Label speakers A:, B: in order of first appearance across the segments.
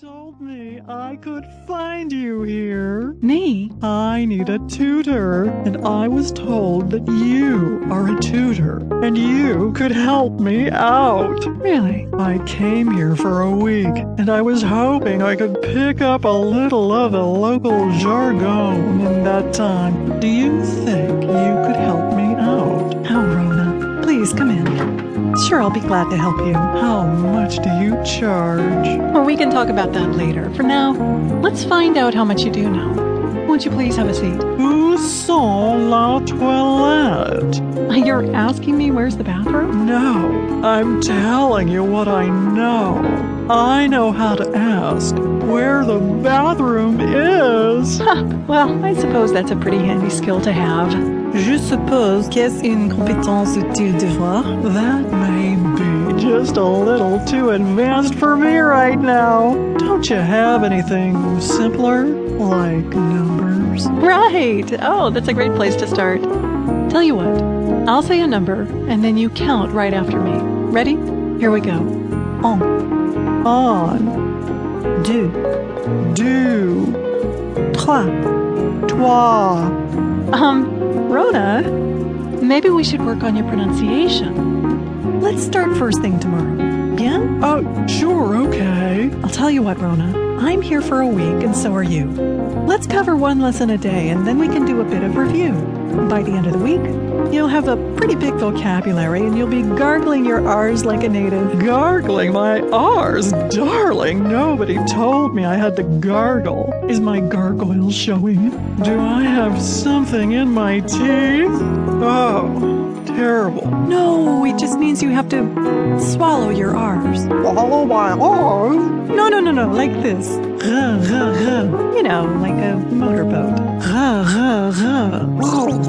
A: told me I could find you here.
B: Me?
A: I need a tutor, and I was told that you are a tutor and you could help me out.
B: Really?
A: I came here for a week, and I was hoping I could pick up a little of the local jargon in that time. Do you think you could help me out?
B: Oh, Rona. Please come in. Sure, I'll be glad to help you.
A: How much do you charge?
B: Or we can talk about that later. For now, let's find out how much you do know. Won't you please have a seat?
A: Où sont la toilette?
B: You're asking me where's the bathroom?
A: No, I'm telling you what I know. I know how to ask where the bathroom is.
B: Well, I suppose that's a pretty handy skill to have.
C: Je suppose qu'est-ce une compétence utile de voir?
A: That may be just a little too advanced for me right now. Don't you have anything simpler? Like numbers?
B: Right! Oh, that's a great place to start. Tell you what, I'll say a number and then you count right after me. Ready? Here we go.
A: On,
C: Deux,
A: do,
C: trois.
A: toi.
B: Um, Rhoda, maybe we should work on your pronunciation.
C: Let's start first thing tomorrow. Bien?
A: Oh, sure, okay.
C: I'll tell you what, Rona. I'm here for a week, and so are you. Let's cover one lesson a day, and then we can do a bit of review. By the end of the week, you'll have a pretty big vocabulary, and you'll be gargling your R's like a native.
A: Gargling my R's, darling. Nobody told me I had to gargle. Is my gargoyle showing? Do I have something in my teeth? Oh, terrible.
C: No, it just means you have to swallow your R's.
A: Swallow my R's.
C: No, no, no, no, like this. Ruh, ruh, ruh. You know, like a motorboat. Ruh, ruh,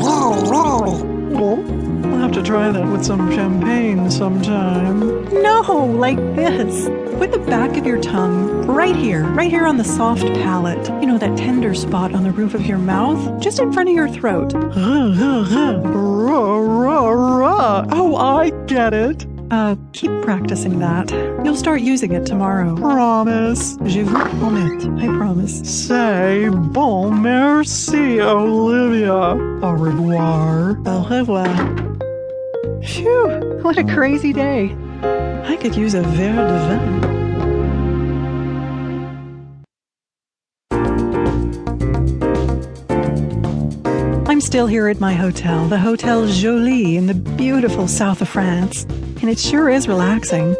C: ruh.
A: Well, I'll have to try that with some champagne sometime.
C: No, like this. With the back of your tongue, right here, right here on the soft palate. You know, that tender spot on the roof of your mouth, just in front of your throat.
A: Ruh, ruh, ruh. Ruh, ruh, ruh. Oh, I get it.
C: Uh, keep practicing that. You'll start using it tomorrow.
A: Promise.
C: Je vous promets. I promise.
A: Say bon merci, Olivia. Au revoir.
C: Au revoir.
B: Phew, what a crazy day.
C: I could use a verre de vin. I'm still here at my hotel, the Hotel Jolie in the beautiful south of France, and it sure is relaxing.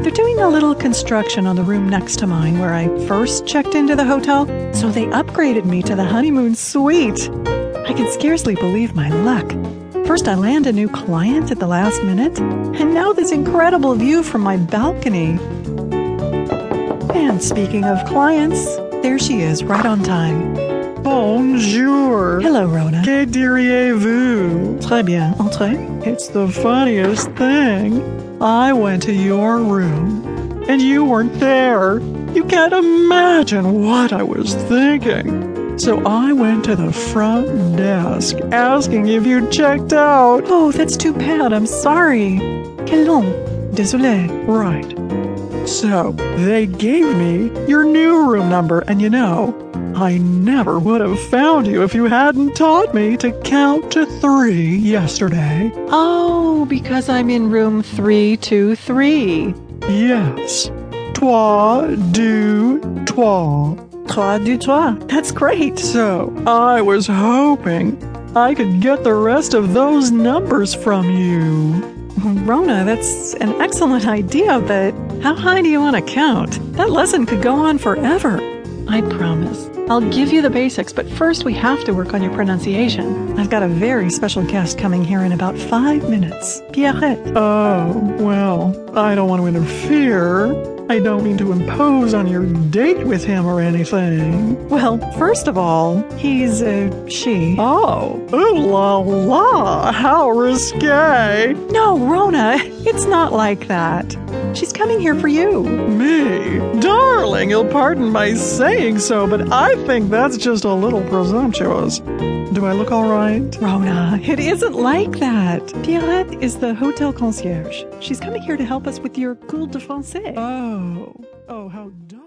C: They're doing a little construction on the room next to mine where I first checked into the hotel, so they upgraded me to the honeymoon suite. I can scarcely believe my luck. First, I land a new client at the last minute, and now this incredible view from my balcony. And speaking of clients, there she is, right on time.
A: Bonjour.
C: Hello, Rona.
A: Que diriez-vous?
C: Très bien. Entrez.
A: It's the funniest thing. I went to your room and you weren't there. You can't imagine what I was thinking. So I went to the front desk asking if you checked out.
C: Oh, that's too bad. I'm sorry. Quel nom? Désolé.
A: Right. So they gave me your new room number, and you know, I never would have found you if you hadn't taught me to count to three yesterday.
B: Oh, because I'm in room 323.
A: Yes. Trois, deux, trois.
C: Trois du trois. That's great.
A: So I was hoping I could get the rest of those numbers from you.
C: Rona, that's an excellent idea, but how high do you want to count? That lesson could go on forever.
B: I promise. I'll give you the basics, but first we have to work on your pronunciation.
C: I've got a very special guest coming here in about five minutes. Pierrette.
A: Oh, well, I don't want to interfere. I don't mean to impose on your date with him or anything.
C: Well, first of all, he's uh, she.
A: Oh, ooh la la, how risque.
C: No, Rona, it's not like that. She's coming here for you.
A: Me? Darling, you'll pardon my saying so, but I think that's just a little presumptuous. Do I look all right?
C: Rona, it isn't like that. Pierrette is the hotel concierge. She's coming here to help us with your cours de français.
A: Oh, oh, how dull.